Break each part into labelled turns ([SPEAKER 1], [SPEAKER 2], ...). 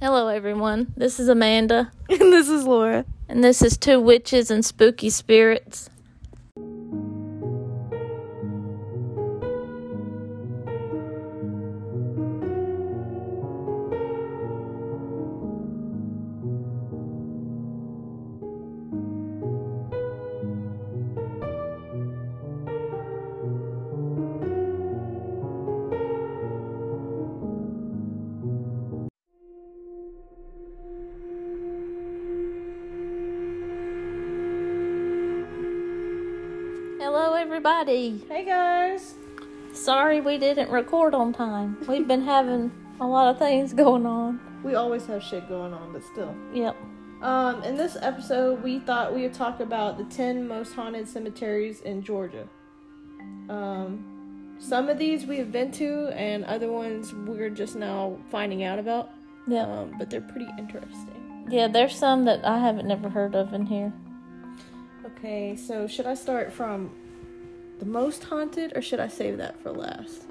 [SPEAKER 1] Hello, everyone. This is Amanda,
[SPEAKER 2] And this is Laura.
[SPEAKER 1] and this is Two Witches and Spooky Spirits. Hello, everybody.
[SPEAKER 2] Hey guys.
[SPEAKER 1] Sorry we didn't record on time. We've been having a lot of things going on.
[SPEAKER 2] We always have shit going on, but still.
[SPEAKER 1] Yep.
[SPEAKER 2] Um, in this episode, we thought we would talk about the 10 most haunted cemeteries in Georgia. Um, some of these we have been to, and other ones we're just now finding out about.
[SPEAKER 1] Yep.
[SPEAKER 2] Um, but they're pretty interesting.
[SPEAKER 1] Yeah, there's some that I haven't never heard of in here.
[SPEAKER 2] Okay, so should I start from the most haunted, or should I save that for last?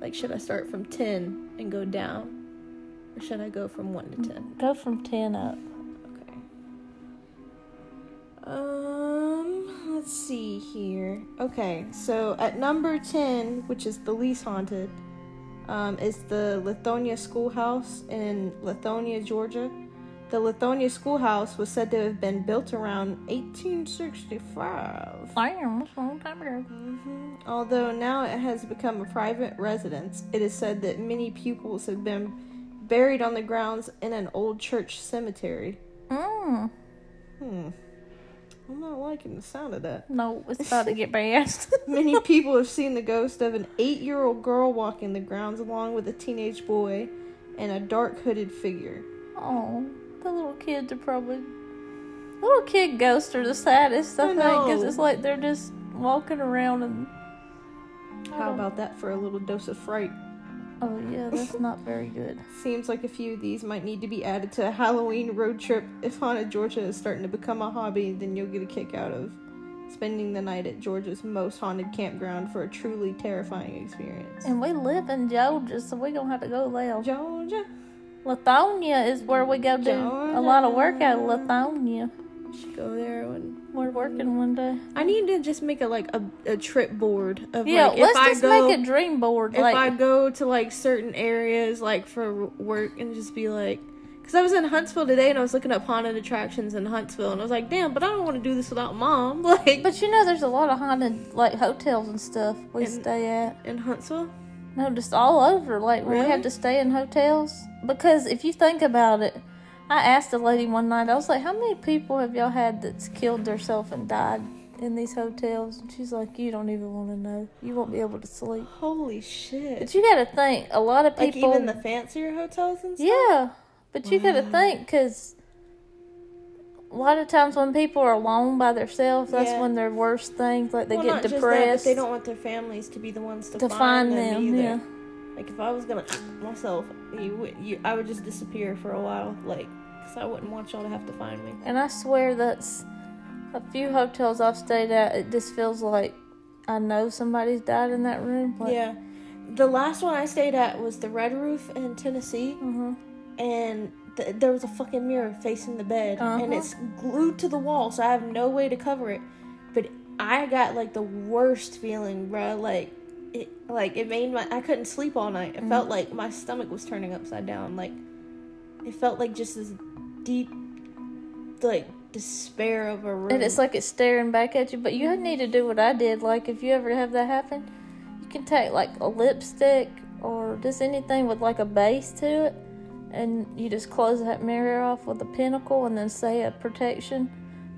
[SPEAKER 2] Like, should I start from 10 and go down? Or should I go from 1 to 10?
[SPEAKER 1] Go from 10 up.
[SPEAKER 2] Okay. Um, let's see here. Okay, so at number 10, which is the least haunted, um, is the Lithonia Schoolhouse in Lithonia, Georgia. The Lithonia Schoolhouse was said to have been built around 1865.
[SPEAKER 1] Damn, what's wrong with that girl?
[SPEAKER 2] Mhm. Although now it has become a private residence, it is said that many pupils have been buried on the grounds in an old church cemetery.
[SPEAKER 1] Mm.
[SPEAKER 2] Hmm. I'm not liking the sound of that.
[SPEAKER 1] No, it's about to get bad.
[SPEAKER 2] Many people have seen the ghost of an eight year old girl walking the grounds along with a teenage boy and a dark hooded figure.
[SPEAKER 1] oh, the little kids are probably. Little kid ghosts are the saddest, I,
[SPEAKER 2] I
[SPEAKER 1] think, 'cause think, because
[SPEAKER 2] know.
[SPEAKER 1] it's like they're just walking around and.
[SPEAKER 2] How about that for a little dose of fright?
[SPEAKER 1] Oh, yeah, that's not very good.
[SPEAKER 2] Seems like a few of these might need to be added to a Halloween road trip. If Haunted Georgia is starting to become a hobby, then you'll get a kick out of spending the night at Georgia's most haunted campground for a truly terrifying experience.
[SPEAKER 1] And we live in Georgia, so we don't have to go there.
[SPEAKER 2] Georgia!
[SPEAKER 1] Lithonia is where we go do a lot of work at Lithonia.
[SPEAKER 2] You should go there when
[SPEAKER 1] We're working one day.
[SPEAKER 2] I need to just make a like a, a trip board of
[SPEAKER 1] Yeah,
[SPEAKER 2] like
[SPEAKER 1] let's
[SPEAKER 2] if
[SPEAKER 1] just
[SPEAKER 2] I go
[SPEAKER 1] make a dream board.
[SPEAKER 2] if
[SPEAKER 1] like,
[SPEAKER 2] I go to like certain areas like for work and just be like because I was in Huntsville today and I was looking up haunted attractions in Huntsville and I was like damn but I don't want to do this without mom like
[SPEAKER 1] but you know, there's a lot of haunted like hotels and stuff we
[SPEAKER 2] And-
[SPEAKER 1] stay at.
[SPEAKER 2] in Huntsville
[SPEAKER 1] No, just all over. Like when we
[SPEAKER 2] Really?
[SPEAKER 1] have to stay in hotels because if you think about it, I asked a lady one night. I was like, "How many people have y'all had that's killed themselves and died in these hotels?" And she's like, "You don't even want to know. You won't be able to sleep."
[SPEAKER 2] holy shit
[SPEAKER 1] But you got to think a lot of
[SPEAKER 2] like
[SPEAKER 1] people.
[SPEAKER 2] even the fancier hotels and stuff
[SPEAKER 1] yeah, but you got to think because a lot of times when people are alone by themselves, that's
[SPEAKER 2] Yeah.
[SPEAKER 1] when their worst things like they
[SPEAKER 2] Well,
[SPEAKER 1] get
[SPEAKER 2] not just that,
[SPEAKER 1] depressed.
[SPEAKER 2] but they don't want their families to be the ones to,
[SPEAKER 1] to
[SPEAKER 2] find,
[SPEAKER 1] find them.
[SPEAKER 2] them, either
[SPEAKER 1] yeah,
[SPEAKER 2] like if I was gonna myself you, would- you I would just disappear for a while like because I wouldn't want y'all to have to find me
[SPEAKER 1] and I swear that's a few hotels I've stayed at. It just feels like I know somebody's died in that room. Like,
[SPEAKER 2] yeah. The last one I stayed at was the Red Roof in Tennessee,
[SPEAKER 1] Uh-huh.
[SPEAKER 2] and th- there was a fucking mirror facing the bed, and
[SPEAKER 1] Uh-huh.
[SPEAKER 2] it's glued to the wall, so I have no way to cover it. But I got like the worst feeling, bruh. Like it, like it made my I couldn't sleep all night. It
[SPEAKER 1] Mm-hmm.
[SPEAKER 2] felt like my stomach was turning upside down. Like it felt like just this deep, like despair of a room.
[SPEAKER 1] And it's like it's staring back at you. But you need to do what I did. Like if you ever have that happen, you can take like a lipstick or just anything with like a base to it, and you just close that mirror off with a pinnacle and then say a protection.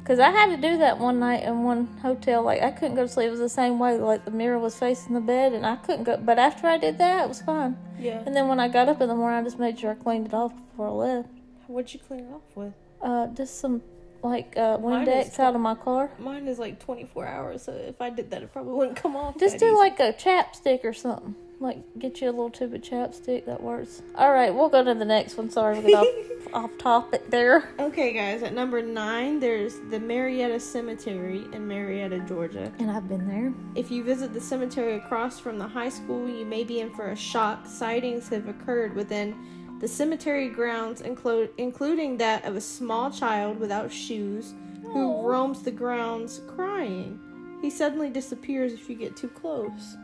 [SPEAKER 1] Cause I had to do that one night in one hotel. Like I couldn't go to sleep. It was the same way. Like the mirror was facing the bed, and I couldn't go. But after I did that, it was fine.
[SPEAKER 2] yeah.
[SPEAKER 1] And then when I got up in the morning, I just made sure I cleaned it off before I left.
[SPEAKER 2] What'd you clean it off with?
[SPEAKER 1] Uh, just some like uh,
[SPEAKER 2] Mine is
[SPEAKER 1] Windex out of my car.
[SPEAKER 2] Mine is like 24 hours, so if I did that, it probably wouldn't come off.
[SPEAKER 1] Just
[SPEAKER 2] that
[SPEAKER 1] do
[SPEAKER 2] easy.
[SPEAKER 1] like a chapstick or something. Like get you a little tube of chapstick that works. All right, we'll go to the next one. Sorry, we got off, off topic there.
[SPEAKER 2] Okay, guys, at number nine, there's the Marietta Cemetery in Marietta, Georgia.
[SPEAKER 1] And I've been there.
[SPEAKER 2] If you visit the cemetery across from the high school, you may be in for a shock. Sightings have occurred within The cemetery grounds include including that of a small child without shoes who roams the grounds crying. He suddenly disappears if you get too close.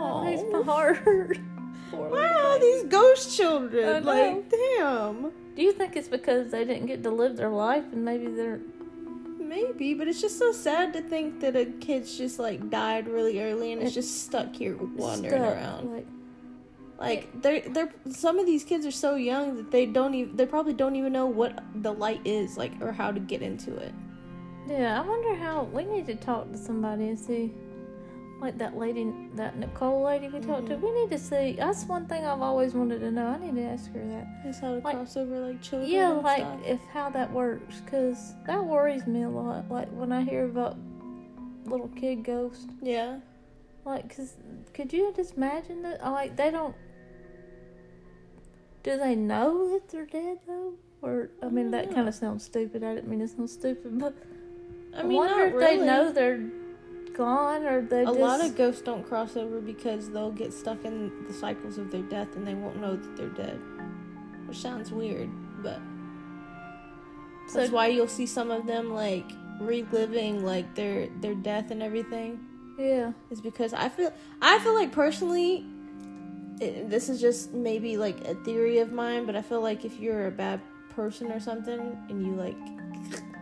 [SPEAKER 1] Oh, it's my heart. Poor little
[SPEAKER 2] Wow,
[SPEAKER 1] baby.
[SPEAKER 2] these ghost
[SPEAKER 1] I
[SPEAKER 2] children.
[SPEAKER 1] know.
[SPEAKER 2] Like, damn.
[SPEAKER 1] Do you think it's because they didn't get to live their life and maybe they're
[SPEAKER 2] Maybe, but it's just so sad to think that a kid's just like died really early and is just stuck here wandering
[SPEAKER 1] stuck?
[SPEAKER 2] around.
[SPEAKER 1] Like,
[SPEAKER 2] Like they're they're some of these kids are so young that they don't even they probably don't even know what the light is like or how to get into it.
[SPEAKER 1] yeah, I wonder how we need to talk to somebody and see. Like that lady, that Nicole lady we talked to.
[SPEAKER 2] Mm-hmm.
[SPEAKER 1] We need to see. That's one thing I've always wanted to know. I need to ask her that.
[SPEAKER 2] That's how to
[SPEAKER 1] Like-
[SPEAKER 2] cross over like children.
[SPEAKER 1] Yeah,
[SPEAKER 2] and
[SPEAKER 1] like
[SPEAKER 2] stuff.
[SPEAKER 1] if how that works, cause that worries me a lot. Like when I hear about little kid ghosts.
[SPEAKER 2] yeah.
[SPEAKER 1] Like, cause could you just imagine that? uh, Like, they don't. Do they know that they're dead though? Or I mean, that
[SPEAKER 2] Yeah.
[SPEAKER 1] kind of sounds stupid. I didn't mean it sounds stupid, but
[SPEAKER 2] I mean,
[SPEAKER 1] wonder
[SPEAKER 2] not
[SPEAKER 1] if
[SPEAKER 2] really.
[SPEAKER 1] they know they're gone or they
[SPEAKER 2] a
[SPEAKER 1] just.
[SPEAKER 2] lot of ghosts don't cross over because they'll get stuck in the cycles of their death and they won't know that they're dead. Which sounds weird, but
[SPEAKER 1] So-
[SPEAKER 2] that's why you'll see some of them like reliving like their their death and everything.
[SPEAKER 1] yeah,
[SPEAKER 2] is because I feel I feel like personally it, this is just maybe like a theory of mine, but I feel like if you're a bad person or something and you like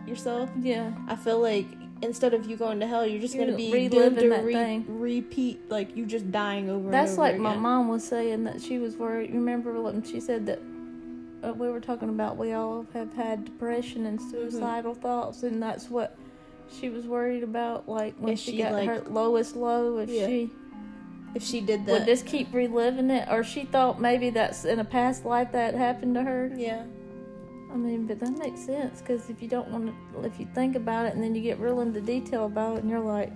[SPEAKER 2] yourself,
[SPEAKER 1] yeah.
[SPEAKER 2] I feel like instead of you going to hell, you're just going
[SPEAKER 1] You're
[SPEAKER 2] to be
[SPEAKER 1] reliving
[SPEAKER 2] doomed to
[SPEAKER 1] that
[SPEAKER 2] re-
[SPEAKER 1] thing.
[SPEAKER 2] repeat like you just dying over.
[SPEAKER 1] That's
[SPEAKER 2] and over
[SPEAKER 1] like my
[SPEAKER 2] again.
[SPEAKER 1] mom was saying that she was worried. You remember when she said that uh, we were talking about we all have had depression and
[SPEAKER 2] Mm-hmm.
[SPEAKER 1] suicidal thoughts, and that's what she was worried about. Like when
[SPEAKER 2] If
[SPEAKER 1] she,
[SPEAKER 2] she,
[SPEAKER 1] got
[SPEAKER 2] like-
[SPEAKER 1] her lowest low, if
[SPEAKER 2] Yeah.
[SPEAKER 1] she
[SPEAKER 2] If she did
[SPEAKER 1] would
[SPEAKER 2] that,
[SPEAKER 1] just keep reliving it, or she thought maybe that's in a past life that happened to her.
[SPEAKER 2] yeah,
[SPEAKER 1] I mean, but that makes sense because if you don't want to, if you think about it and then you get real into detail about it and you're like,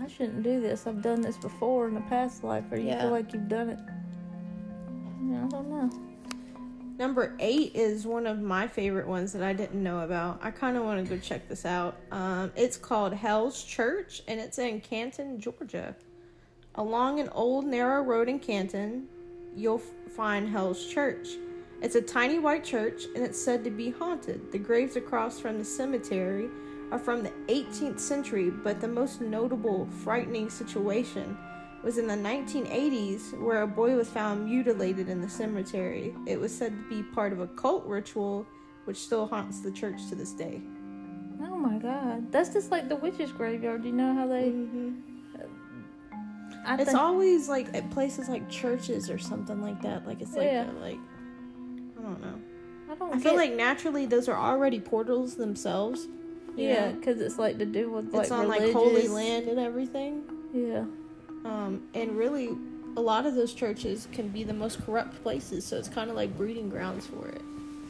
[SPEAKER 1] I shouldn't do this. I've done this before in a past life, or you
[SPEAKER 2] Yeah.
[SPEAKER 1] feel like you've done it. I, mean, I don't know.
[SPEAKER 2] Number eight is one of my favorite ones that I didn't know about. I kind of want to go check this out. Um, it's called Hell's Church and it's in Canton, Georgia. Along an old narrow road in Canton, you'll f- find Hell's Church. It's a tiny white church and it's said to be haunted. The graves across from the cemetery are from the 18th century, but the most notable, frightening situation was in the 1980s where a boy was found mutilated in the cemetery. It was said to be part of a cult ritual which still haunts the church to this day.
[SPEAKER 1] Oh my god, that's just like the witches' graveyard. You know how they? I
[SPEAKER 2] Mm. It's
[SPEAKER 1] think,
[SPEAKER 2] always like at places like churches or something like that. Like it's like
[SPEAKER 1] Yeah.
[SPEAKER 2] a, like I don't know.
[SPEAKER 1] I don't.
[SPEAKER 2] I feel
[SPEAKER 1] get-
[SPEAKER 2] like naturally those are already portals themselves. you
[SPEAKER 1] yeah,
[SPEAKER 2] know?
[SPEAKER 1] because it's like to do with like
[SPEAKER 2] it's on
[SPEAKER 1] religious.
[SPEAKER 2] like holy land and everything.
[SPEAKER 1] Yeah.
[SPEAKER 2] Um, and really, a lot of those churches can be the most corrupt places. So it's kind of like breeding grounds for it.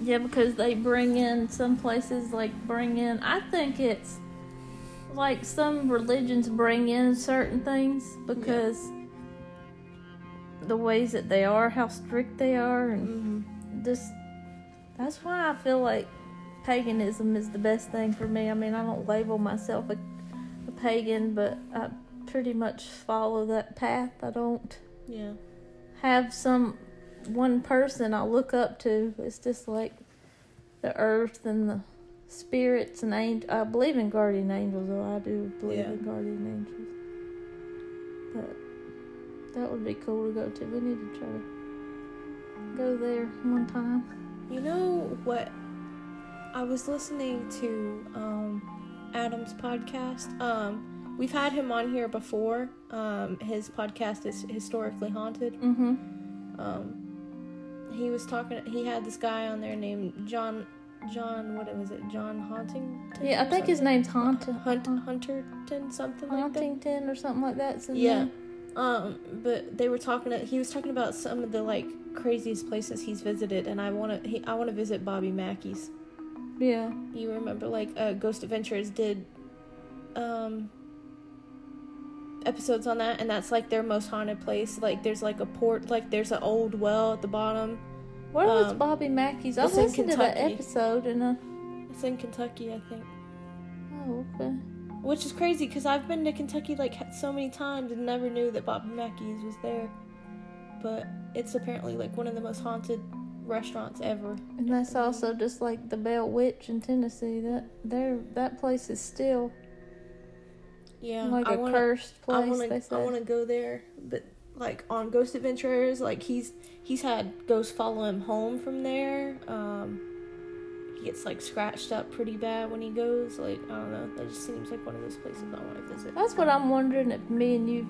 [SPEAKER 1] Yeah, because they bring in some places like bring in. I think it's like some religions bring in certain things because the ways that they are, how strict they are, and
[SPEAKER 2] Mm-hmm.
[SPEAKER 1] just that's why I feel like paganism is the best thing for me. I mean, I don't label myself a, a pagan, but I pretty much follow that path. I don't
[SPEAKER 2] Yeah.
[SPEAKER 1] have some one person I look up to. It's just like the earth and the spirits and angels. I believe in guardian angels, though. I do believe
[SPEAKER 2] Yeah.
[SPEAKER 1] in guardian angels. But that would be cool to go to. We need to try to go there one time.
[SPEAKER 2] You know what? I was listening to um, Adam's podcast. Um, we've had him on here before. Um, his podcast is historically haunted.
[SPEAKER 1] Mm-hmm.
[SPEAKER 2] Um, he was talking. He had this guy on there named John. John, what was it? John Haunting.
[SPEAKER 1] Yeah, I think his name's Haunting.
[SPEAKER 2] Hunt Hunterton something like that.
[SPEAKER 1] Hauntington or something like that. It's in
[SPEAKER 2] Yeah.
[SPEAKER 1] there.
[SPEAKER 2] Um, but they were talking. He was talking about some of the like craziest places he's visited, and I want to. I want to visit Bobby Mackey's.
[SPEAKER 1] Yeah.
[SPEAKER 2] You remember, like, uh, Ghost Adventures did um, episodes on that, and that's like their most haunted place. Like, there's like a port, like, there's an old well at the bottom.
[SPEAKER 1] Where was
[SPEAKER 2] Um,
[SPEAKER 1] Bobby Mackey's? I
[SPEAKER 2] it's in
[SPEAKER 1] listened to that
[SPEAKER 2] Kentucky.
[SPEAKER 1] episode and uh,
[SPEAKER 2] It's in Kentucky, I think.
[SPEAKER 1] oh, okay.
[SPEAKER 2] Which is crazy because I've been to Kentucky like so many times and never knew that Bobby Mackey's was there. but it's apparently like one of the most haunted restaurants ever.
[SPEAKER 1] And that's also just like the Bell Witch in Tennessee. That there, that place is still
[SPEAKER 2] Yeah,
[SPEAKER 1] like
[SPEAKER 2] I
[SPEAKER 1] a
[SPEAKER 2] wanna-
[SPEAKER 1] cursed
[SPEAKER 2] I
[SPEAKER 1] place.
[SPEAKER 2] wanna-
[SPEAKER 1] they
[SPEAKER 2] I
[SPEAKER 1] said.
[SPEAKER 2] want to go there, but like on Ghost Adventures, like he's he's had ghosts follow him home from there. Um, he gets like scratched up pretty bad when he goes. Like I don't know, that just seems like one of those places I want to visit.
[SPEAKER 1] That's what I'm wondering if me and you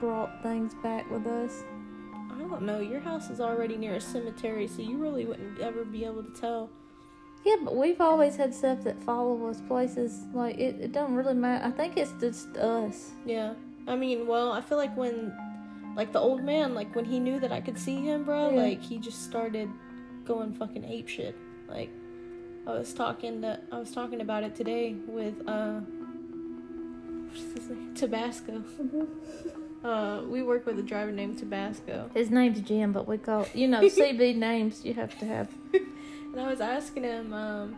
[SPEAKER 1] brought things back with us.
[SPEAKER 2] I don't know. Your house is already near a cemetery, so you really wouldn't ever be able to tell.
[SPEAKER 1] Yeah, but we've always had stuff that follow us places. Like it, it don't really matter. I think it's just us.
[SPEAKER 2] Yeah, I mean, well, I feel like when like the old man, like when he knew that I could see him, bro,
[SPEAKER 1] Yeah.
[SPEAKER 2] like he just started going fucking ape shit. Like I was talking to I was talking about it today with uh what's his name? Tabasco. uh we work with a driver named Tabasco.
[SPEAKER 1] His name's Jim, but we call you know CB names. You have to have.
[SPEAKER 2] And I was asking him, um,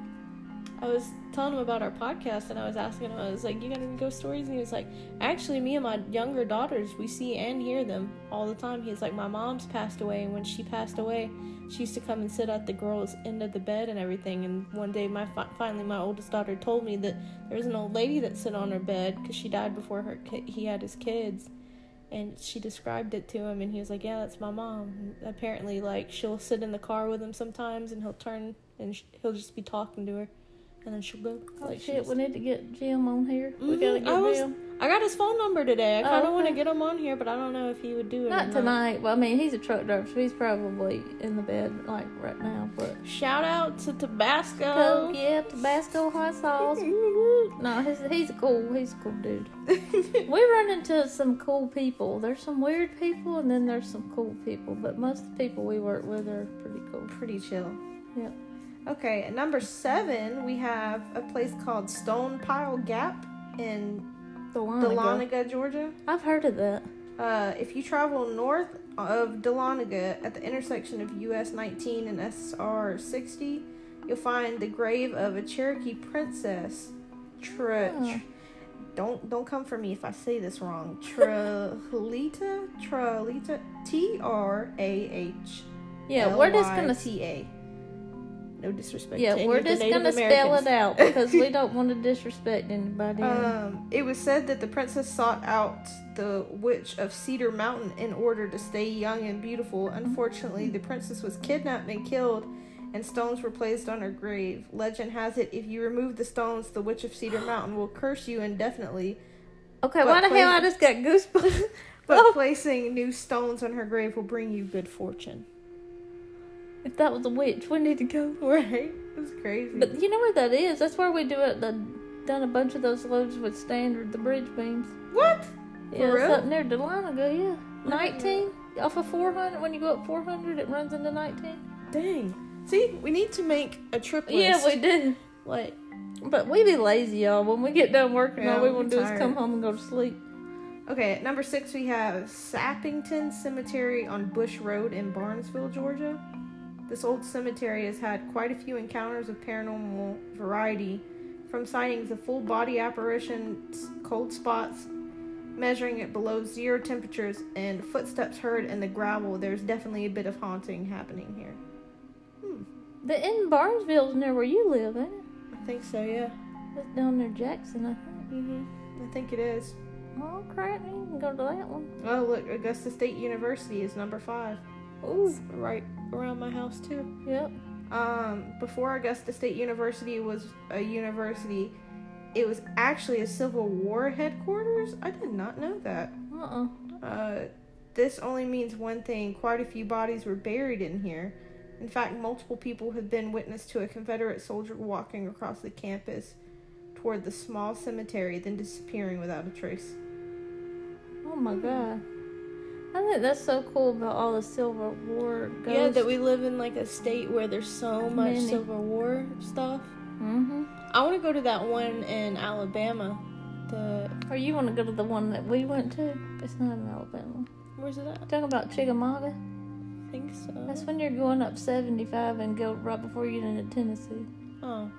[SPEAKER 2] I was telling him about our podcast, and I was asking him, I was like, "You got any ghost stories?" And he was like, "Actually, me and my younger daughters, we see and hear them all the time." He's like, "My mom's passed away, and when she passed away, she used to come and sit at the girls' end of the bed and everything." And one day, my fi- finally, my oldest daughter told me that there was an old lady that sit on her bed because she died before her ki- he had his kids. And she described it to him, and he was like, "Yeah, that's my mom." And apparently, like she'll sit in the car with him sometimes, and he'll turn and sh- he'll just be talking to her, and then she'll go.
[SPEAKER 1] Oh,
[SPEAKER 2] like, she
[SPEAKER 1] shit,
[SPEAKER 2] just-
[SPEAKER 1] we need to get Jim on here. We
[SPEAKER 2] Mhm,
[SPEAKER 1] gotta get
[SPEAKER 2] I was-
[SPEAKER 1] Jim.
[SPEAKER 2] I got his phone number today. I
[SPEAKER 1] Oh,
[SPEAKER 2] kind of want to
[SPEAKER 1] okay.
[SPEAKER 2] get him on here, but I don't know if he would do it.
[SPEAKER 1] Not
[SPEAKER 2] or
[SPEAKER 1] tonight. Well, I mean, he's a truck driver, so he's probably in the bed like right now. But
[SPEAKER 2] Shout out to
[SPEAKER 1] oh
[SPEAKER 2] Tabasco.
[SPEAKER 1] yeah, Tabasco hot sauce. No, he's he's cool. He's a cool dude.
[SPEAKER 2] yeah.
[SPEAKER 1] We run into some cool people. There's some weird people, and then there's some cool people. But most of the people we work with are pretty cool.
[SPEAKER 2] Pretty chill.
[SPEAKER 1] Yep.
[SPEAKER 2] Okay, at number seven, we have a place called Stone Pile Gap in
[SPEAKER 1] Delana.
[SPEAKER 2] Dahlonega, Georgia.
[SPEAKER 1] I've heard of that.
[SPEAKER 2] Uh, if you travel north of Dahlonega at the intersection of US 19 and SR 60, you'll find the grave of a Cherokee princess, Trutch.
[SPEAKER 1] Huh.
[SPEAKER 2] Don't don't come for me if I say this wrong. Tralita, Tralita, T R A H.
[SPEAKER 1] Yeah, we're just gonna.
[SPEAKER 2] T A. No disrespect.
[SPEAKER 1] Yeah,
[SPEAKER 2] to any
[SPEAKER 1] we're
[SPEAKER 2] of the
[SPEAKER 1] just
[SPEAKER 2] Native
[SPEAKER 1] gonna spell
[SPEAKER 2] Americans.
[SPEAKER 1] it out because we don't want to disrespect anybody.
[SPEAKER 2] Um, it was said that the princess sought out the witch of Cedar Mountain in order to stay young and beautiful. Unfortunately, the princess was kidnapped and killed, and stones were placed on her grave. Legend has it if you remove the stones, the witch of Cedar Mountain will curse you indefinitely.
[SPEAKER 1] okay,
[SPEAKER 2] but
[SPEAKER 1] why the
[SPEAKER 2] please-
[SPEAKER 1] hell I just got goosebumps?
[SPEAKER 2] But
[SPEAKER 1] Oh.
[SPEAKER 2] placing new stones on her grave will bring you good fortune.
[SPEAKER 1] if that was a witch, we need to go.
[SPEAKER 2] Right? It's crazy.
[SPEAKER 1] But you know where that is? That's where we do it. The, done a bunch of those loads with standard the bridge beams.
[SPEAKER 2] what?
[SPEAKER 1] Yeah,
[SPEAKER 2] For
[SPEAKER 1] it's
[SPEAKER 2] real?
[SPEAKER 1] up near Dahlonega, yeah. 19 off of 400. When you go up 400, it runs into 19.
[SPEAKER 2] Dang. See, we need to make a trip list.
[SPEAKER 1] Yeah, we do.
[SPEAKER 2] like
[SPEAKER 1] But we be lazy, y'all. When we get done working,
[SPEAKER 2] Yeah,
[SPEAKER 1] all we
[SPEAKER 2] we
[SPEAKER 1] want to
[SPEAKER 2] be
[SPEAKER 1] do is
[SPEAKER 2] tired.
[SPEAKER 1] come home and go to sleep.
[SPEAKER 2] Okay, at number six we have Sappington Cemetery on Bush Road in Barnesville, Georgia. This old cemetery has had quite a few encounters of paranormal variety, from sightings of full body apparitions, cold spots, measuring at below zero temperatures, and footsteps heard in the gravel. There's definitely a bit of haunting happening here. Hmm,
[SPEAKER 1] The in Barnesville's near where you live, ain't it?
[SPEAKER 2] I think so, yeah.
[SPEAKER 1] That's down near Jackson, I think.
[SPEAKER 2] hmm I think it is.
[SPEAKER 1] Oh crap, you can go to that one.
[SPEAKER 2] Oh, look, Augusta State University is number five.
[SPEAKER 1] Ooh.
[SPEAKER 2] Right around my house, too.
[SPEAKER 1] Yep.
[SPEAKER 2] Um, before Augusta State University was a university, it was actually a Civil War headquarters. I did not know that.
[SPEAKER 1] Uh uh
[SPEAKER 2] Uh, this only means one thing quite a few bodies were buried in here. In fact, multiple people have been witness to a Confederate soldier walking across the campus toward the small cemetery, then disappearing without a trace.
[SPEAKER 1] Oh my god. I think that's so cool about all the Silver War ghosts.
[SPEAKER 2] Yeah, that we live in like a state where there's so much
[SPEAKER 1] Many.
[SPEAKER 2] Civil War stuff.
[SPEAKER 1] hmm
[SPEAKER 2] I want to go to that one in Alabama. The
[SPEAKER 1] Or you want to go to the one that we went to? It's not in Alabama.
[SPEAKER 2] Where's it at?
[SPEAKER 1] Talking about Chickamauga.
[SPEAKER 2] I think so.
[SPEAKER 1] That's when you're going up 75 and go right before you get into Tennessee.
[SPEAKER 2] oh,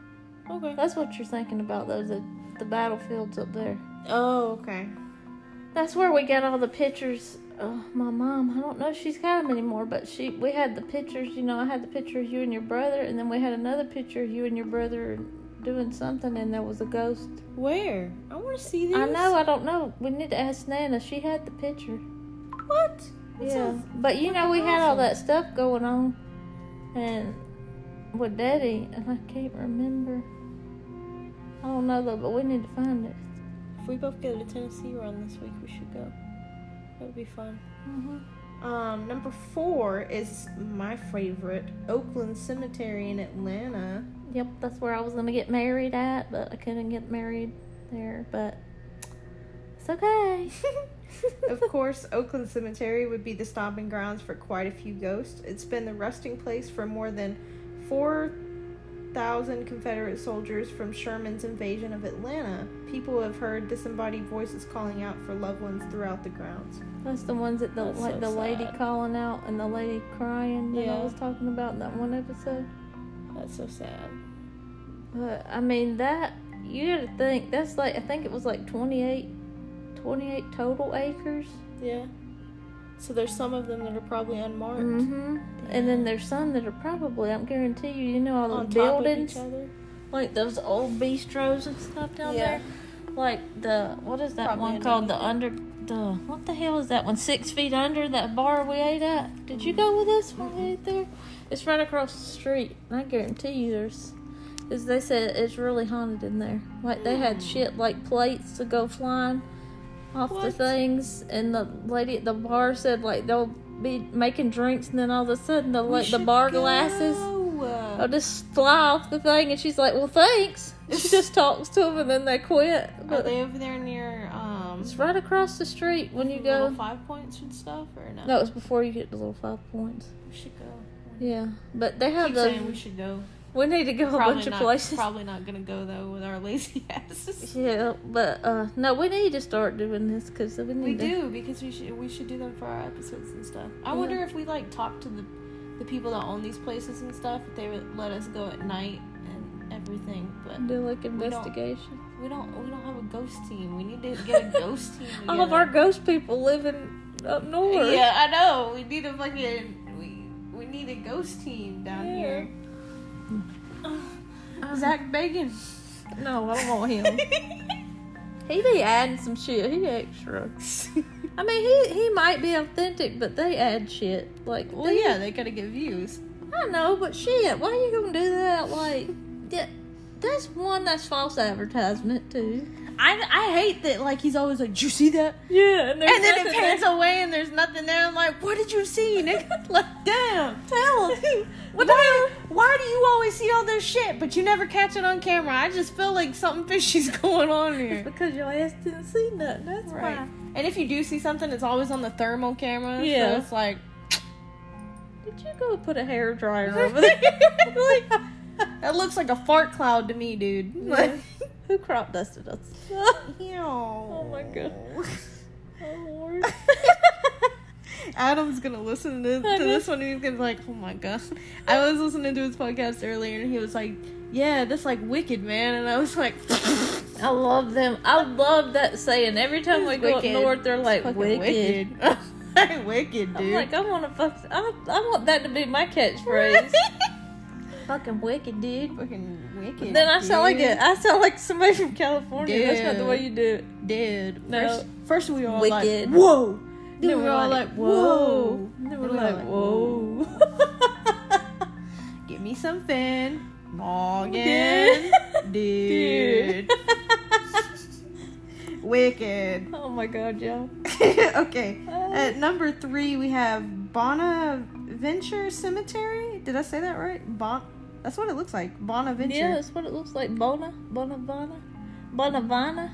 [SPEAKER 2] okay.
[SPEAKER 1] That's what you're thinking about, though, the, the battlefields up there.
[SPEAKER 2] Oh, okay.
[SPEAKER 1] That's where we got all the pictures oh, my mom, I don't know if she's got them anymore, but she we had the pictures, you know, I had the picture of you and your brother, and then we had another picture of you and your brother doing something, and there was a ghost.
[SPEAKER 2] Where? I want to see these.
[SPEAKER 1] I know, I don't know. We need to ask Nana. She had the picture.
[SPEAKER 2] What? That
[SPEAKER 1] Yeah,
[SPEAKER 2] sounds-
[SPEAKER 1] but you know, we had all
[SPEAKER 2] awesome.
[SPEAKER 1] that stuff going on, and with Daddy, and I can't remember. I don't know though, but we need to find it.
[SPEAKER 2] If we both go to Tennessee run this week, we should go. That would be fun. Um, number four is my favorite Oakland Cemetery in Atlanta.
[SPEAKER 1] Yep, that's where I was gonna get married at, but I couldn't get married there. But it's okay.
[SPEAKER 2] Of course, Oakland Cemetery would be the stomping grounds for quite a few ghosts. It's been the resting place for more than 4,000 Confederate soldiers from Sherman's invasion of Atlanta. People have heard disembodied voices calling out for loved ones throughout the grounds.
[SPEAKER 1] That's the ones that the
[SPEAKER 2] That's
[SPEAKER 1] like
[SPEAKER 2] so
[SPEAKER 1] the lady
[SPEAKER 2] sad.
[SPEAKER 1] calling out and the lady crying that I
[SPEAKER 2] Yeah.
[SPEAKER 1] was talking about in that one episode.
[SPEAKER 2] That's so sad.
[SPEAKER 1] But I mean that you gotta think that's like I think it was like 28, 28 total acres.
[SPEAKER 2] Yeah. So there's some of them that are probably unmarked
[SPEAKER 1] hmm And then there's some that are probably I'm guarantee you you know all
[SPEAKER 2] on
[SPEAKER 1] those
[SPEAKER 2] top
[SPEAKER 1] buildings
[SPEAKER 2] of each other.
[SPEAKER 1] like those old bistros and stuff down
[SPEAKER 2] Yeah.
[SPEAKER 1] there. Like the what is that
[SPEAKER 2] Probably
[SPEAKER 1] one called? The under the what the hell is that one? Six feet under that bar we ate at. Did you go with us when
[SPEAKER 2] Mm-hmm.
[SPEAKER 1] we ate there? It's right across the street. And I guarantee you there's is they said it's really haunted in there. Like they had
[SPEAKER 2] Mm.
[SPEAKER 1] shit like plates to go flying off the
[SPEAKER 2] What?
[SPEAKER 1] things and the lady at the bar said like they'll be making drinks and then all of a sudden the like the bar glasses
[SPEAKER 2] Oh,
[SPEAKER 1] I'll just fly off the thing. And she's like, well, thanks. And She just talks to him and then they quit.
[SPEAKER 2] Are
[SPEAKER 1] But
[SPEAKER 2] they over there near um
[SPEAKER 1] it's right across the street when you
[SPEAKER 2] little
[SPEAKER 1] go.
[SPEAKER 2] five points and stuff or no?
[SPEAKER 1] No, it's before you get to Little Five Points.
[SPEAKER 2] We should go.
[SPEAKER 1] Yeah. But they
[SPEAKER 2] I
[SPEAKER 1] have
[SPEAKER 2] keep saying we
[SPEAKER 1] the.
[SPEAKER 2] should go.
[SPEAKER 1] We need to go a
[SPEAKER 2] Probably
[SPEAKER 1] bunch of
[SPEAKER 2] not,
[SPEAKER 1] places.
[SPEAKER 2] Probably not gonna go though with our lazy asses.
[SPEAKER 1] Yeah, but uh no, we need to start doing this because we need
[SPEAKER 2] We
[SPEAKER 1] to.
[SPEAKER 2] do because we should we should do them for our episodes and stuff. I wonder if we like talk to the the people that own these places and stuff if they would let us go at night and everything. But
[SPEAKER 1] Do like
[SPEAKER 2] don't-
[SPEAKER 1] investigation.
[SPEAKER 2] we don't we don't have a ghost team. We need to get a ghost team.
[SPEAKER 1] All of
[SPEAKER 2] together.
[SPEAKER 1] our ghost people living up north.
[SPEAKER 2] Yeah, I know. We need a fucking we we need a ghost team down
[SPEAKER 1] Yeah.
[SPEAKER 2] here. Zach Bacon.
[SPEAKER 1] No, I don't want him. he be adding some shit. He extra. I mean, he he might be authentic, but they add shit. Like,
[SPEAKER 2] well,
[SPEAKER 1] they-
[SPEAKER 2] yeah, they gotta get views.
[SPEAKER 1] I know, but shit, why you gonna do that? Like, that, that's one that's false advertisement too.
[SPEAKER 2] I I hate that. Like he's always like, "Did you see that?"
[SPEAKER 1] Yeah, and,
[SPEAKER 2] and then it pans away and there's nothing there. I'm like, "What did you see, nigga?" like, damn.
[SPEAKER 1] Tell us.
[SPEAKER 2] What the hell? Why do you always see all this shit, but you never catch it on camera? I just feel like something fishy's going on here.
[SPEAKER 1] because your ass didn't see nothing. That's
[SPEAKER 2] Right. And if you do see something, it's always on the thermal camera.
[SPEAKER 1] Yeah.
[SPEAKER 2] So it's like,
[SPEAKER 1] why. Did you go put a hair dryer over there?
[SPEAKER 2] like that looks like a fart cloud to me, dude. Like,
[SPEAKER 1] Who crop dusted us?
[SPEAKER 2] oh
[SPEAKER 1] my God. oh Lord.
[SPEAKER 2] Adam's gonna listen to,
[SPEAKER 1] Uh-huh.
[SPEAKER 2] to this one and he's gonna be like, oh my god. I was listening to his podcast earlier and he was like, yeah, that's like wicked, man. And I was like,
[SPEAKER 1] I love them. I love that saying. Every time we
[SPEAKER 2] It's
[SPEAKER 1] go
[SPEAKER 2] wicked.
[SPEAKER 1] up north, they're like
[SPEAKER 2] fucking
[SPEAKER 1] wicked.
[SPEAKER 2] wicked, Wicked,
[SPEAKER 1] I'm
[SPEAKER 2] dude.
[SPEAKER 1] like, I want to fuck. I, I want that to be my catchphrase. fucking wicked, dude.
[SPEAKER 2] fucking wicked.
[SPEAKER 1] Then I sound like
[SPEAKER 2] dude.
[SPEAKER 1] it. I sound like somebody from California. That's not the
[SPEAKER 2] Dude.
[SPEAKER 1] way you do it.
[SPEAKER 2] Dude,
[SPEAKER 1] No.
[SPEAKER 2] first, first we were all
[SPEAKER 1] Wicked.
[SPEAKER 2] like, whoa. Then
[SPEAKER 1] Then
[SPEAKER 2] we were all like, whoa.
[SPEAKER 1] Then
[SPEAKER 2] Then
[SPEAKER 1] we're
[SPEAKER 2] we were
[SPEAKER 1] like,
[SPEAKER 2] like,
[SPEAKER 1] whoa.
[SPEAKER 2] Give me something. Morgan. Dude. Wicked.
[SPEAKER 1] oh my god, y'all.
[SPEAKER 2] okay. At number three, we have Bonaventure Cemetery. Did I say that right? Bon. That's what it looks like. Bonaventure.
[SPEAKER 1] Yeah, that's what it looks like. Bona, Bonavana, Bonavana,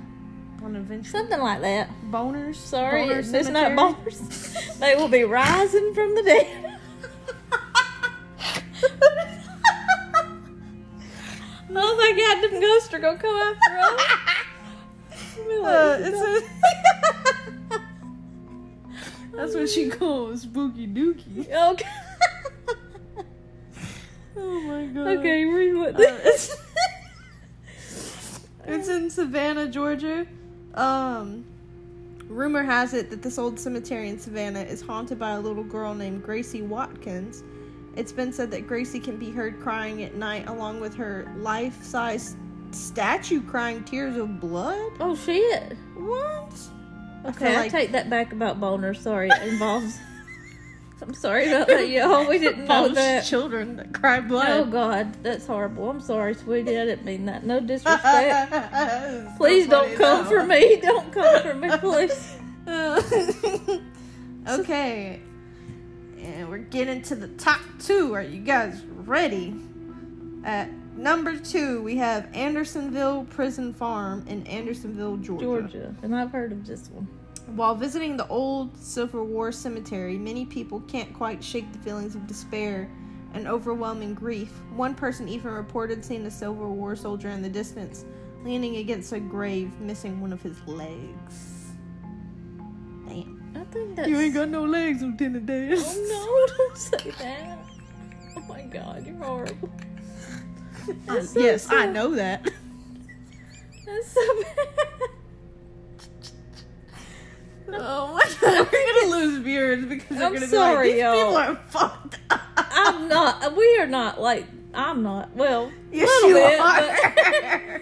[SPEAKER 2] Bonaventure.
[SPEAKER 1] something like that.
[SPEAKER 2] Boners.
[SPEAKER 1] Sorry,
[SPEAKER 2] Boner
[SPEAKER 1] it's it's not
[SPEAKER 2] Cemetery.
[SPEAKER 1] boners. they will be rising from the dead. oh my god, them ghosts are gonna come after us. Be like,
[SPEAKER 2] Uh, it's a- That's what she calls spooky dookie.
[SPEAKER 1] okay.
[SPEAKER 2] Oh my god.
[SPEAKER 1] okay, read what
[SPEAKER 2] Uh, it's, it's in Savannah, Georgia. Um, Rumor has it that this old cemetery in Savannah is haunted by a little girl named Gracie Watkins. It's been said that Gracie can be heard crying at night along with her life size statue crying tears of blood.
[SPEAKER 1] Oh shit.
[SPEAKER 2] What?
[SPEAKER 1] Okay, I
[SPEAKER 2] like-
[SPEAKER 1] take that back about Boner. Sorry, it involves. I'm sorry about that, y'all. We didn't know
[SPEAKER 2] Involves
[SPEAKER 1] that.
[SPEAKER 2] children that cry
[SPEAKER 1] Oh
[SPEAKER 2] blood.
[SPEAKER 1] God, that's horrible. I'm sorry, sweetie. I didn't mean that. No disrespect. Please
[SPEAKER 2] So
[SPEAKER 1] don't
[SPEAKER 2] funny,
[SPEAKER 1] come
[SPEAKER 2] though.
[SPEAKER 1] for me. Don't come for me, please.
[SPEAKER 2] okay. And we're getting to the top two. Are you guys ready? At number two, we have Andersonville Prison Farm in Andersonville, Georgia.
[SPEAKER 1] Georgia, and I've heard of this one.
[SPEAKER 2] While visiting the old Civil War cemetery, many people can't quite shake the feelings of despair and overwhelming grief. One person even reported seeing a Civil War soldier in the distance, leaning against a grave, missing one of his legs. Damn.
[SPEAKER 1] I think that's.
[SPEAKER 2] got no legs within a day.
[SPEAKER 1] Oh no! Don't say that. Oh my God, you're horrible. Uh, That's so
[SPEAKER 2] yes, I
[SPEAKER 1] sad.
[SPEAKER 2] know that.
[SPEAKER 1] That's so bad.
[SPEAKER 2] Oh my god, we're gonna lose viewers because they're
[SPEAKER 1] I'm
[SPEAKER 2] gonna
[SPEAKER 1] sorry,
[SPEAKER 2] be like, these
[SPEAKER 1] y'all.
[SPEAKER 2] people are fucked up.
[SPEAKER 1] I'm not. We are not like. I'm not. Well,
[SPEAKER 2] yes,
[SPEAKER 1] little
[SPEAKER 2] you
[SPEAKER 1] bit,
[SPEAKER 2] are.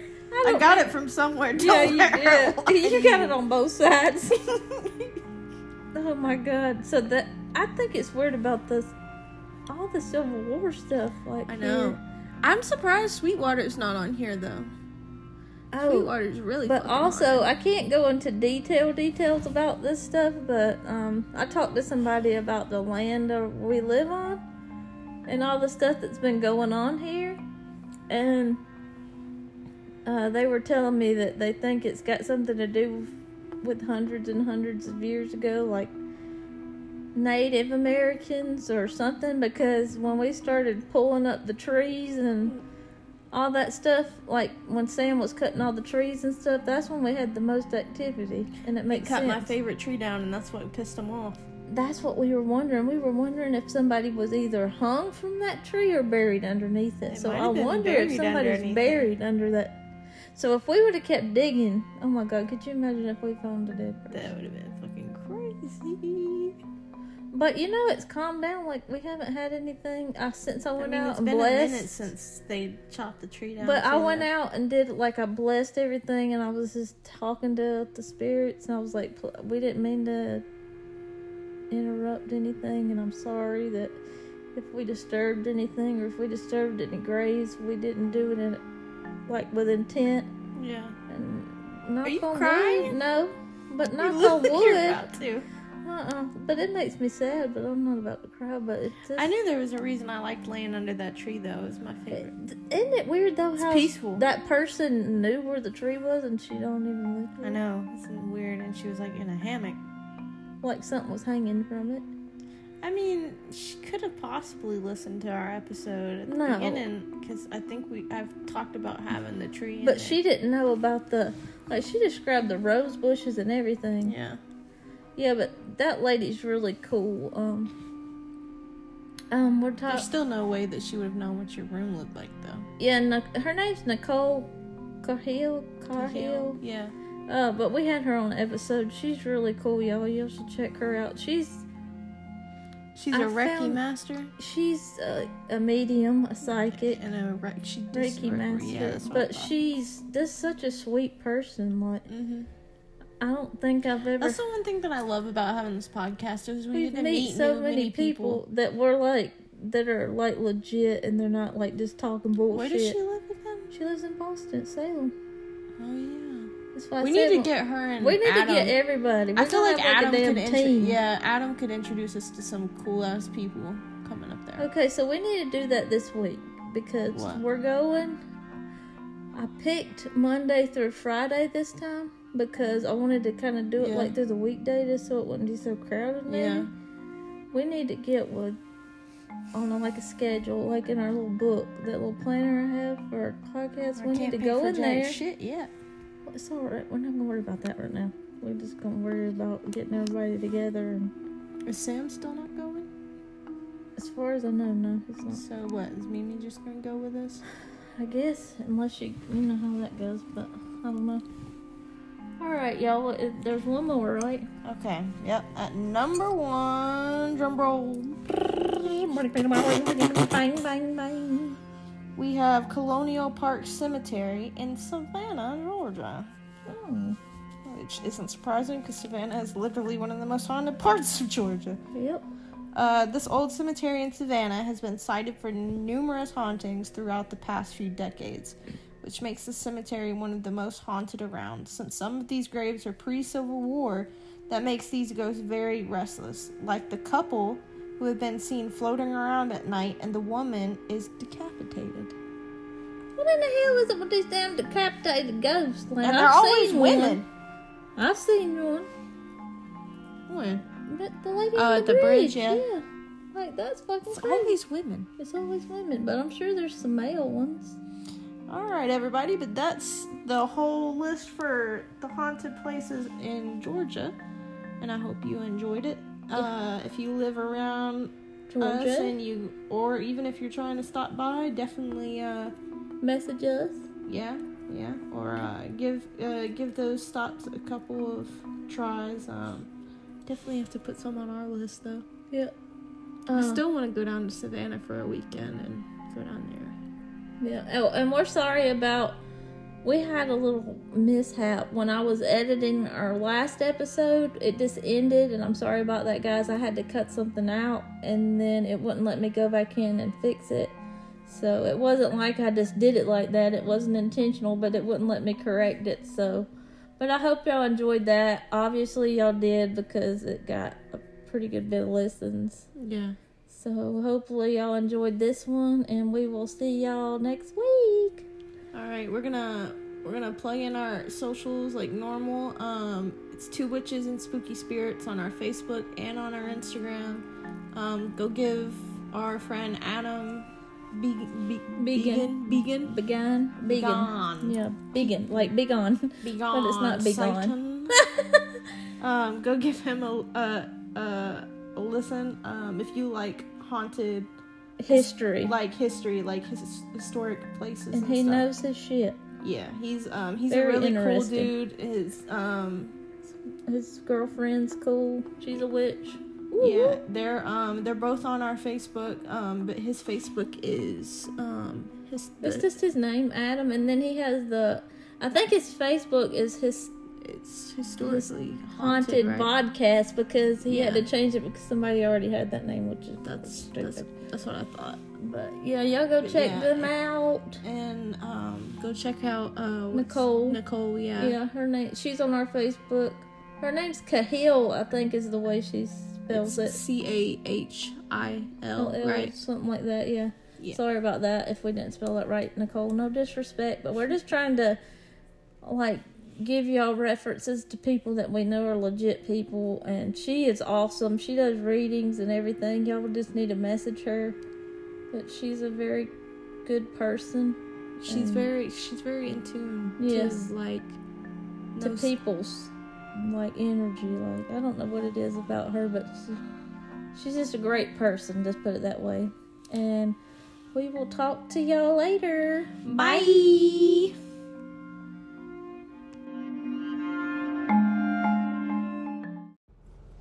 [SPEAKER 1] I
[SPEAKER 2] I
[SPEAKER 1] don't
[SPEAKER 2] got it from somewhere. Don't
[SPEAKER 1] Yeah, you
[SPEAKER 2] worry.
[SPEAKER 1] did. You got it on both sides. Oh my god. So that I think it's weird about this all the Civil War stuff. Like
[SPEAKER 2] I know. I'm surprised Sweetwater's not on here though.
[SPEAKER 1] here. Oh,
[SPEAKER 2] Sweetwater's really.
[SPEAKER 1] but
[SPEAKER 2] fucking
[SPEAKER 1] also
[SPEAKER 2] hot.
[SPEAKER 1] I can't go into detail details about this stuff. But um, I talked to somebody about the land that we live on and all the stuff that's been going on here, and uh, they were telling me that they think it's got something to do with hundreds and hundreds of years ago, like Native Americans or something, because when we started pulling up the trees and all that stuff, like when Sam was cutting all the trees and stuff, that's when we had the most activity, and it makes
[SPEAKER 2] cut
[SPEAKER 1] sense.
[SPEAKER 2] my favorite tree down, and that's what pissed him off.
[SPEAKER 1] That's what we were wondering. We were wondering if somebody was either hung from that tree or buried underneath it.
[SPEAKER 2] They
[SPEAKER 1] so
[SPEAKER 2] might
[SPEAKER 1] I
[SPEAKER 2] have been
[SPEAKER 1] wonder if
[SPEAKER 2] buried
[SPEAKER 1] somebody's
[SPEAKER 2] underneath
[SPEAKER 1] buried under that. So if we would have kept digging, oh my god, could you imagine if we found a dead person?
[SPEAKER 2] That would have been fucking crazy.
[SPEAKER 1] But you know, it's calmed down. Like we haven't had anything. I since I
[SPEAKER 2] I
[SPEAKER 1] went
[SPEAKER 2] mean,
[SPEAKER 1] out
[SPEAKER 2] it's
[SPEAKER 1] and
[SPEAKER 2] been a minute
[SPEAKER 1] blessed.
[SPEAKER 2] since they chopped the tree down.
[SPEAKER 1] But I
[SPEAKER 2] too.
[SPEAKER 1] went out and did like I blessed everything, and I was just talking to the spirits, and I was like, "Pl- we didn't mean to interrupt anything, and I'm sorry that if we disturbed anything or if we disturbed any graves, we didn't do it in like with intent.
[SPEAKER 2] Yeah.
[SPEAKER 1] And knock
[SPEAKER 2] you
[SPEAKER 1] on wood,
[SPEAKER 2] crying?
[SPEAKER 1] No, but
[SPEAKER 2] You
[SPEAKER 1] knock on
[SPEAKER 2] look like you're
[SPEAKER 1] wood.
[SPEAKER 2] about to.
[SPEAKER 1] Uh-uh. But it makes me sad. But I'm not about to cry. But it just
[SPEAKER 2] I knew there was a reason I liked laying under that tree though. It was my favorite.
[SPEAKER 1] Isn't it weird though
[SPEAKER 2] It's
[SPEAKER 1] how
[SPEAKER 2] peaceful.
[SPEAKER 1] that person knew where the tree was and she don't even look
[SPEAKER 2] I
[SPEAKER 1] at it?
[SPEAKER 2] know. It's weird. And she was like in a hammock.
[SPEAKER 1] Like something was hanging from it.
[SPEAKER 2] I mean, she could have possibly listened to our episode at the
[SPEAKER 1] No.
[SPEAKER 2] beginning because I think we I've talked about having the tree. in
[SPEAKER 1] But
[SPEAKER 2] it.
[SPEAKER 1] she didn't know about the like she described the rose bushes and everything. Yeah,
[SPEAKER 2] Yeah.
[SPEAKER 1] but that lady's really cool. Um Um we're
[SPEAKER 2] There's
[SPEAKER 1] talking
[SPEAKER 2] still no way that she would have known what your room looked like though.
[SPEAKER 1] Yeah, Nic- her name's Nicole Cahill Cahill.
[SPEAKER 2] Yeah.
[SPEAKER 1] Uh but we had her on an episode. She's really cool, y'all. Y'all should check her out. She's
[SPEAKER 2] She's
[SPEAKER 1] I
[SPEAKER 2] a Reiki
[SPEAKER 1] found-
[SPEAKER 2] master
[SPEAKER 1] she's a, a medium, a psychic.
[SPEAKER 2] and a Re- she does
[SPEAKER 1] Reiki
[SPEAKER 2] Re-
[SPEAKER 1] master,
[SPEAKER 2] Yeah, that's what I
[SPEAKER 1] but
[SPEAKER 2] thought.
[SPEAKER 1] she's just such a sweet person. Like
[SPEAKER 2] Mhm.
[SPEAKER 1] I don't think I've ever
[SPEAKER 2] That's the one thing that I love about having this podcast is we
[SPEAKER 1] we
[SPEAKER 2] get to
[SPEAKER 1] meet,
[SPEAKER 2] meet
[SPEAKER 1] so
[SPEAKER 2] new,
[SPEAKER 1] many, people, that were like that are like legit and they're not like just talking bullshit.
[SPEAKER 2] Where does she live again?
[SPEAKER 1] She lives in Boston, Salem.
[SPEAKER 2] Oh
[SPEAKER 1] That's why
[SPEAKER 2] yeah.
[SPEAKER 1] I
[SPEAKER 2] we
[SPEAKER 1] said
[SPEAKER 2] need to
[SPEAKER 1] when-
[SPEAKER 2] get her and
[SPEAKER 1] we need
[SPEAKER 2] Adam.
[SPEAKER 1] to get everybody. We
[SPEAKER 2] I feel
[SPEAKER 1] gotta
[SPEAKER 2] like
[SPEAKER 1] have,
[SPEAKER 2] Adam
[SPEAKER 1] a damn
[SPEAKER 2] could
[SPEAKER 1] team.
[SPEAKER 2] intro- yeah, Adam could introduce us to some cool ass people coming up there.
[SPEAKER 1] Okay, so we need to do that this week because
[SPEAKER 2] What?
[SPEAKER 1] we're going. I picked Monday through Friday this time because I wanted to kind of do it
[SPEAKER 2] Yeah.
[SPEAKER 1] like through the weekday just so it wouldn't be so crowded. Maybe.
[SPEAKER 2] Yeah.
[SPEAKER 1] We need to get with on a, like a schedule, like in our little book, that little planner I have for our podcast.
[SPEAKER 2] I
[SPEAKER 1] we need
[SPEAKER 2] can't
[SPEAKER 1] to
[SPEAKER 2] pay
[SPEAKER 1] go
[SPEAKER 2] for
[SPEAKER 1] in
[SPEAKER 2] jack
[SPEAKER 1] there.
[SPEAKER 2] Shit, yeah.
[SPEAKER 1] It's all right. We're not gonna worry about that right now. We're just gonna worry about getting everybody together. And
[SPEAKER 2] Is Sam still not going?
[SPEAKER 1] as far as I know, no, it's not.
[SPEAKER 2] So what? Is Mimi just gonna go with us?
[SPEAKER 1] I guess, unless you you know how that goes, but I don't know. All right, y'all. well, it- There's one more, right?
[SPEAKER 2] Okay. Yep. At number one, drum roll,
[SPEAKER 1] Bang, bang, bang.
[SPEAKER 2] we have Colonial Park Cemetery in Savannah, Georgia.
[SPEAKER 1] Hmm.
[SPEAKER 2] Which isn't surprising because Savannah is literally one of the most haunted parts of Georgia.
[SPEAKER 1] Yep.
[SPEAKER 2] Uh, this old cemetery in Savannah has been cited for numerous hauntings throughout the past few decades, which makes the cemetery one of the most haunted around. Since some of these graves are pre Civil War, that makes these ghosts very restless, like the couple who have been seen floating around at night and the woman is decapitated.
[SPEAKER 1] What in the hell is it with these damn decapitated ghosts? Like,
[SPEAKER 2] and they're always
[SPEAKER 1] seen
[SPEAKER 2] women.
[SPEAKER 1] One. I've seen one.
[SPEAKER 2] When?
[SPEAKER 1] The, the lady
[SPEAKER 2] Oh,
[SPEAKER 1] on
[SPEAKER 2] at the bridge, yeah.
[SPEAKER 1] Like, that's fucking
[SPEAKER 2] It's
[SPEAKER 1] crazy.
[SPEAKER 2] always women.
[SPEAKER 1] It's always women, but I'm sure there's some male ones.
[SPEAKER 2] Alright, everybody, but that's the whole list for the haunted places in Georgia. And I hope you enjoyed it. Uh, if you live around us
[SPEAKER 1] Georgia,
[SPEAKER 2] and you, or even if you're trying to stop by, definitely, uh,
[SPEAKER 1] message us.
[SPEAKER 2] yeah, yeah, or uh, give uh, give those stops a couple of tries. Um, definitely have to put some on our list though.
[SPEAKER 1] Yep.
[SPEAKER 2] I
[SPEAKER 1] Uh,
[SPEAKER 2] still want to go down to Savannah for a weekend and go down there.
[SPEAKER 1] Yeah. Oh, and we're sorry about. We had a little mishap when I was editing our last episode. It just ended, and I'm sorry about that, guys. I had to cut something out, and then it wouldn't let me go back in and fix it. So it wasn't like I just did it like that. It wasn't intentional, but it wouldn't let me correct it. So, but I hope y'all enjoyed that. Obviously, y'all did because it got a pretty good bit of listens.
[SPEAKER 2] Yeah.
[SPEAKER 1] So hopefully y'all enjoyed this one and we will see y'all next week.
[SPEAKER 2] All right, we're gonna we're gonna plug in our socials like normal. Um, it's two witches and spooky spirits on our Facebook and on our Instagram. Um, go give our friend Adam Began
[SPEAKER 1] Began.
[SPEAKER 2] Began Began
[SPEAKER 1] Began. Began.
[SPEAKER 2] Began
[SPEAKER 1] Yeah, began. Like begon.
[SPEAKER 2] Began,
[SPEAKER 1] But it's not Begon.
[SPEAKER 2] Satan. um, go give him a a, a, a listen. Um, if you like haunted
[SPEAKER 1] History.
[SPEAKER 2] like history, like his, historic places, and,
[SPEAKER 1] And he
[SPEAKER 2] stuff.
[SPEAKER 1] knows his shit.
[SPEAKER 2] Yeah, he's um he's
[SPEAKER 1] Very
[SPEAKER 2] a really cool
[SPEAKER 1] interesting.
[SPEAKER 2] dude. His um
[SPEAKER 1] His girlfriend's cool. She's a witch.
[SPEAKER 2] yeah, they're um they're both on our Facebook. Um but his Facebook is um his
[SPEAKER 1] It's just his name, Adam, and then he has the I think his Facebook is his
[SPEAKER 2] it's historically
[SPEAKER 1] haunted,
[SPEAKER 2] haunted, right?
[SPEAKER 1] podcast because he had
[SPEAKER 2] Yeah.
[SPEAKER 1] to change it because somebody already had that name, which is
[SPEAKER 2] That's
[SPEAKER 1] stupid.
[SPEAKER 2] that's that's what I thought.
[SPEAKER 1] but yeah, y'all go check
[SPEAKER 2] Yeah.
[SPEAKER 1] them out.
[SPEAKER 2] And um go check out uh what's-
[SPEAKER 1] Nicole.
[SPEAKER 2] Nicole, yeah.
[SPEAKER 1] Yeah, her name. She's on our Facebook. Her name's Cahill, I think, is the way she spells it.
[SPEAKER 2] C A H I L
[SPEAKER 1] L-L,
[SPEAKER 2] right.
[SPEAKER 1] something like that. Yeah.
[SPEAKER 2] Yeah.
[SPEAKER 1] Sorry about that if we didn't spell it right, Nicole. No disrespect, but we're just trying to like give y'all references to people that we know are legit people. And she is awesome. She does readings and everything. Y'all would just need to message her. But she's a very good person
[SPEAKER 2] She's very she's very in tune
[SPEAKER 1] Yes.
[SPEAKER 2] to like
[SPEAKER 1] to
[SPEAKER 2] knows-
[SPEAKER 1] people's like energy. Like I don't know what it is about her, but she, she's just a great person. Just put it that way. And we will talk to y'all later.
[SPEAKER 2] Bye.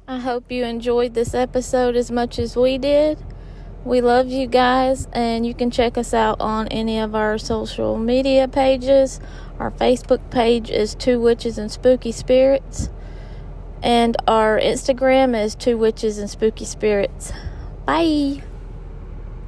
[SPEAKER 1] I hope you enjoyed this episode as much as we did. We love you guys, and you can check us out on any of our social media pages. Our Facebook page is Two Witches and Spooky Spirits, and our Instagram is Two Witches and Spooky Spirits. Bye.